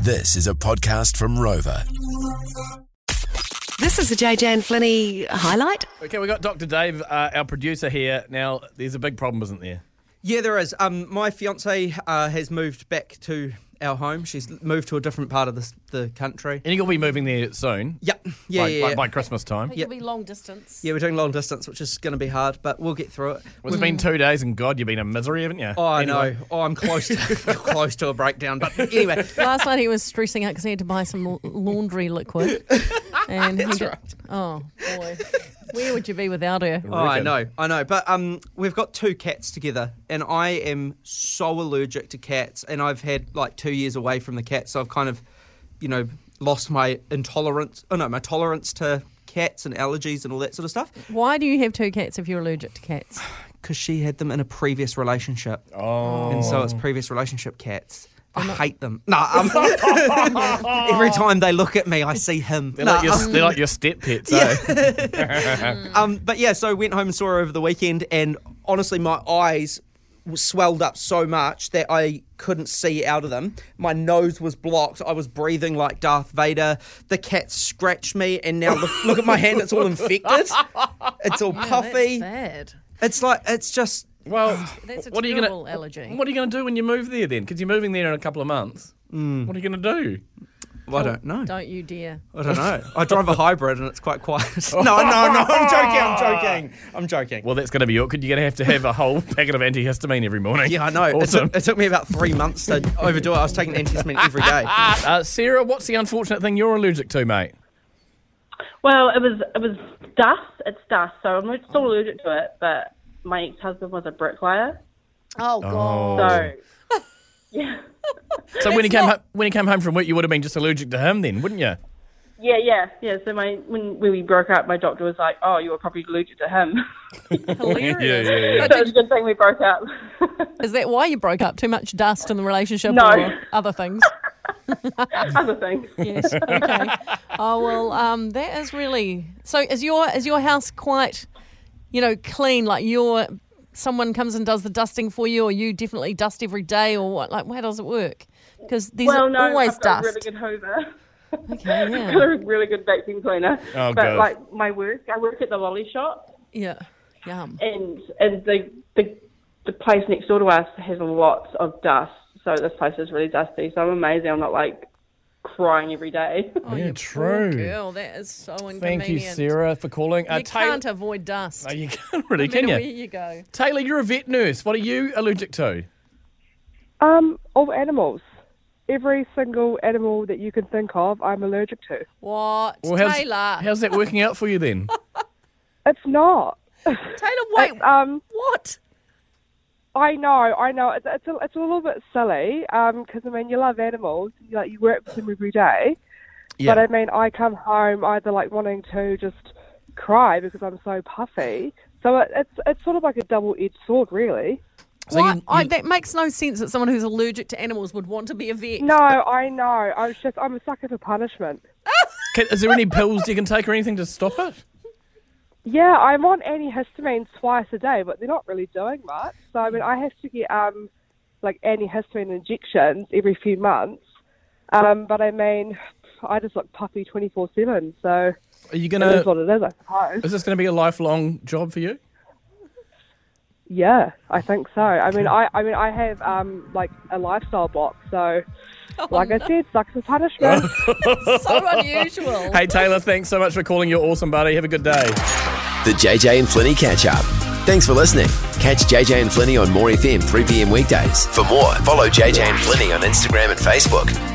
This is a podcast from Rover. This is a J. Jan Flinney highlight. Okay, we got Dr. Dave, uh, our producer here. Now, there's a big problem, isn't there? Yeah, there is. Um, my fiance uh, has moved back to our home. She's moved to a different part of this, the country. And you'll be moving there soon. Yep. Yeah, like, yeah, like yeah. by Christmas time. Yep. It'll be long distance. yeah, we're doing long distance, which is going to be hard, but we'll get through it. Well, it's been two days, and God, you've been in misery, haven't you? mm. Oh, I Anyway. know. Oh, I'm close to close to a breakdown. But anyway, Last night he was stressing out because he had to buy some l- laundry liquid. And he got, Oh, boy. Where would you be without her? oh, I know, I know. But um, we've got two cats together, and I am so allergic to cats, and I've had like two years away from the cats, so I've kind of, you know, lost my intolerance. Oh no, my tolerance to cats and allergies and all that sort of stuff. Why do you have two cats if you're allergic to cats? because she had them in a previous relationship. Oh. And so it's previous relationship cats. I hate them. No, um, every time they look at me, I see him. They're, No, like your, um, they're like your step pets, eh? um, but yeah, so went home and saw her over the weekend, and honestly, my eyes w- swelled up so much that I couldn't see out of them. My nose was blocked. I was breathing like Darth Vader. The cat scratched me, and now look, look at my hand; it's all infected. It's all puffy. bad. It's like it's just Well, That's a what are you terrible gonna, allergy. What are you going to do when you move there then? Because you're moving there in a couple of months. What are you going to do? well, I don't know. Don't you dare. Mm. I don't know. I drive a hybrid and it's quite quiet. no, no, no. I'm joking. I'm joking. I'm joking. Well, that's going to be awkward. You're going to have to have a whole packet of antihistamine every morning. Yeah, I know. It, Awesome. took, it took me about three months to overdo it. I was taking antihistamine every day. Uh, Sarah, what's the unfortunate thing you're allergic to, mate? Well, it was it was dust. It's dust, so I'm still allergic to it. But my ex-husband was a bricklayer, Oh, God. so So when he came home, when he came home from work, you would have been just allergic to him then, wouldn't you? yeah, yeah, yeah. So my when, when we broke up, my doctor was like, "Oh, you were probably allergic to him." Hilarious. yeah, yeah. But so did- it's a good thing we broke up. Is that why you broke up? Too much dust in the relationship No. or other things? Other thing. Yes. Okay. oh well, um, that is really so. Is your is your house quite, you know, clean? Like your someone comes and does the dusting for you, or you definitely dust every day, or what? Like, how does it work? Because there's Well, no, always I've got dust. a really good Hoover. okay. I've Yeah. got a really good vacuum cleaner. Oh, but God. like my work, I work at the lolly shop, yeah. Yum. and and the the the place next door to us has lots of dust. So this place is really dusty. So I'm amazed I'm not like crying every day. Yeah, Oh, you poor true. girl, that is so inconvenient. Thank you, Sarah, for calling. Uh, You Tay- can't avoid dust. No, No you can't really, matter can where you? you go. Taylor, you're a vet nurse. What are you allergic to? Um, of animals. Every single animal that you can think of, um, I'm allergic to. What, how's, Taylor? how's that working out for you then? It's not. Taylor, wait. uh, Um, what? I know, I know. It's, it's, a, it's a little bit silly because I mean, you love animals. You, like you work with them every day, Yeah. but I mean, I come home either like wanting to just cry because I'm so puffy. So it, it's it's sort of like a double-edged sword, really. So Why- you- I, you- that makes no sense that someone who's allergic to animals would want to be a vet. No, I know. I was just I'm a sucker for punishment. Can- Is there any pills you can take or anything to stop it? Yeah, I'm on antihistamine twice a day, but they're not really doing much. So I mean, I have to get um, like antihistamine injections every few months. Um, but I mean, I just look puffy 24/7, so Are you it is gonna? what it is, I suppose. Uh, Is this gonna be a lifelong job for you? Yeah, I think so. I mean, I I mean, I have um, like a lifestyle block, so like I said, sucks for punishment. so unusual. Hey, Taylor, thanks so much for calling. You're awesome, buddy. Have a good day. The JJ and Flinny catch up. Thanks for listening. Catch JJ and Flinny on More FM 3 p.m. weekdays. For more, follow JJ and Flinny on Instagram and Facebook.